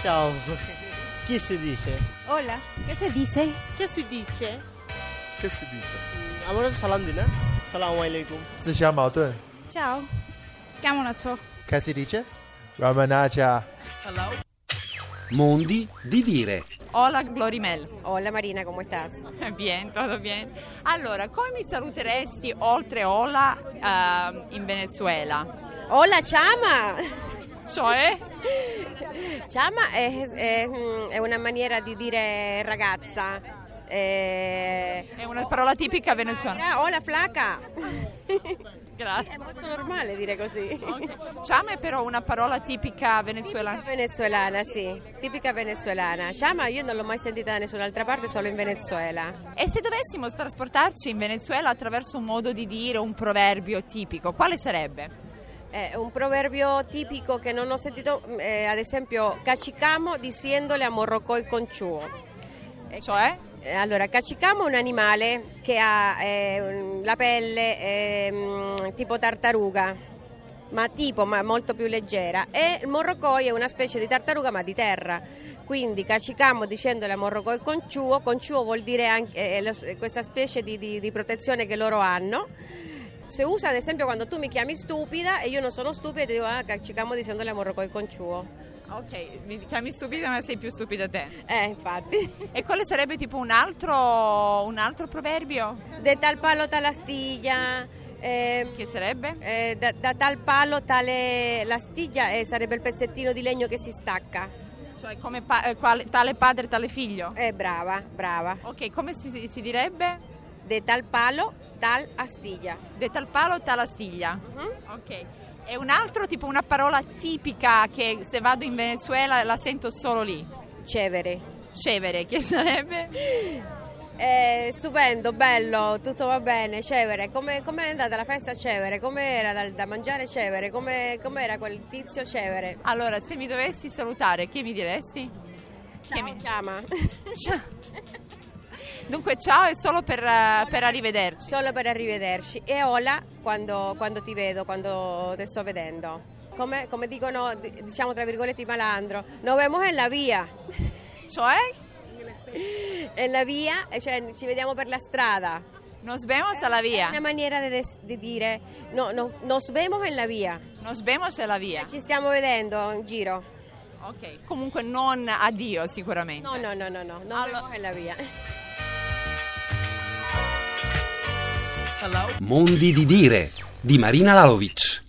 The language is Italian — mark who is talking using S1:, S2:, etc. S1: Ciao. Chi si dice?
S2: Hola, ¿qué se dice?
S3: Che si dice?
S4: Che si dice?
S1: আমরা তো সালাম দিই না সালাম আলাইকুম
S5: 自相矛盾。
S2: Ciao. Chiamo la ciò.
S5: Che si dice? Ramanacha.
S6: Mondi di dire.
S7: Hola Glorimel.
S8: Hola Marina, ¿cómo estás?
S7: Bien, todo bien. Allora, come mi saluteresti oltre hola ehm, in Venezuela?
S8: Hola Chama.
S7: Cioè?
S8: Chama es, es, mm, è una maniera di dire ragazza. Eh,
S7: È una parola tipica venezuelana.
S8: era hola flaca. È
S7: Grazie.
S8: molto normale dire così.
S7: Ok. Chama è però una parola tipica
S8: Tipica
S7: venezuelana.
S8: venezuelana, sì, tipica venezuelana. Chama io non l'ho mai sentita da nessun'altra parte, solo in Venezuela.
S7: E se dovessimo trasportarci in Venezuela attraverso un modo di dire, un proverbio tipico, quale sarebbe?
S8: È Eh, un proverbio tipico che non ho sentito, mm, eh, ad esempio, cacicamo diciendole a Morrocco il conciuo. Eh,
S7: Cioè?
S8: Eh, Allora, cacicamo è un animale che ha eh, un- la pelle eh, mm, tipo tartaruga, ma tipo, ma molto più leggera. E il morrocoi è una specie di tartaruga ma di terra. Quindi cacicamo dicendola morrocoi conciuo, conciuo vuol dire anche eh, lo- questa specie di, di- di protezione che loro hanno. Se usa ad esempio quando tu mi chiami stupida e io non sono stupida e ti dico ah, cacicamo dicendola morrocoi conciuo.
S7: Ok, mi chiami stupida ma sei più stupida te.
S8: Eh, infatti.
S7: E quale sarebbe tipo un altro, un altro proverbio?
S8: De tal palo tal astiglia. ehm,
S7: Che sarebbe?
S8: Eh, da, da tal palo tale la stiglia eh, sarebbe il pezzettino di legno che si stacca.
S7: Cioè come pa- eh, quale- tale padre, tale figlio?
S8: Eh, brava, brava.
S7: Ok, come si, si direbbe?
S8: De tal palo tal astiglia.
S7: De tal palo tal astiglia.
S8: Mhm.
S7: Ok. E un altro tipo una parola tipica che se vado in Venezuela la sento solo lì.
S8: Cevere.
S7: Scevere, che sarebbe?
S8: Eh, stupendo, bello, tutto va bene, cevere. Come com'è andata la festa cevere? Com'era da, da mangiare cevere? Come, com'era quel tizio cevere?
S7: Allora, se mi dovessi salutare, che mi diresti?
S8: Ciao,
S7: mi-
S8: chiama.
S7: Ciao. Dunque, ciao è solo per, eh, per arrivederci.
S8: Solo per arrivederci. E hola quando, quando ti vedo, quando te sto vedendo. Come, come dicono, di- diciamo tra virgolette, i malandro, nos vemos en la via.
S7: Cioè,
S8: E la via, eh, cioè ci vediamo per la strada.
S7: nos vemos alla
S8: È una
S7: via.
S8: maniera di, des- di dire no, no, nos vemos en la via.
S7: Nos vemos alla via.
S8: Ci stiamo vedendo in giro.
S7: Ok, comunque non addio sicuramente.
S8: No, no, no, no, no, nos
S7: Allora-
S8: vemos en la via.
S6: Mondi di dire. Di Marina Lalovic.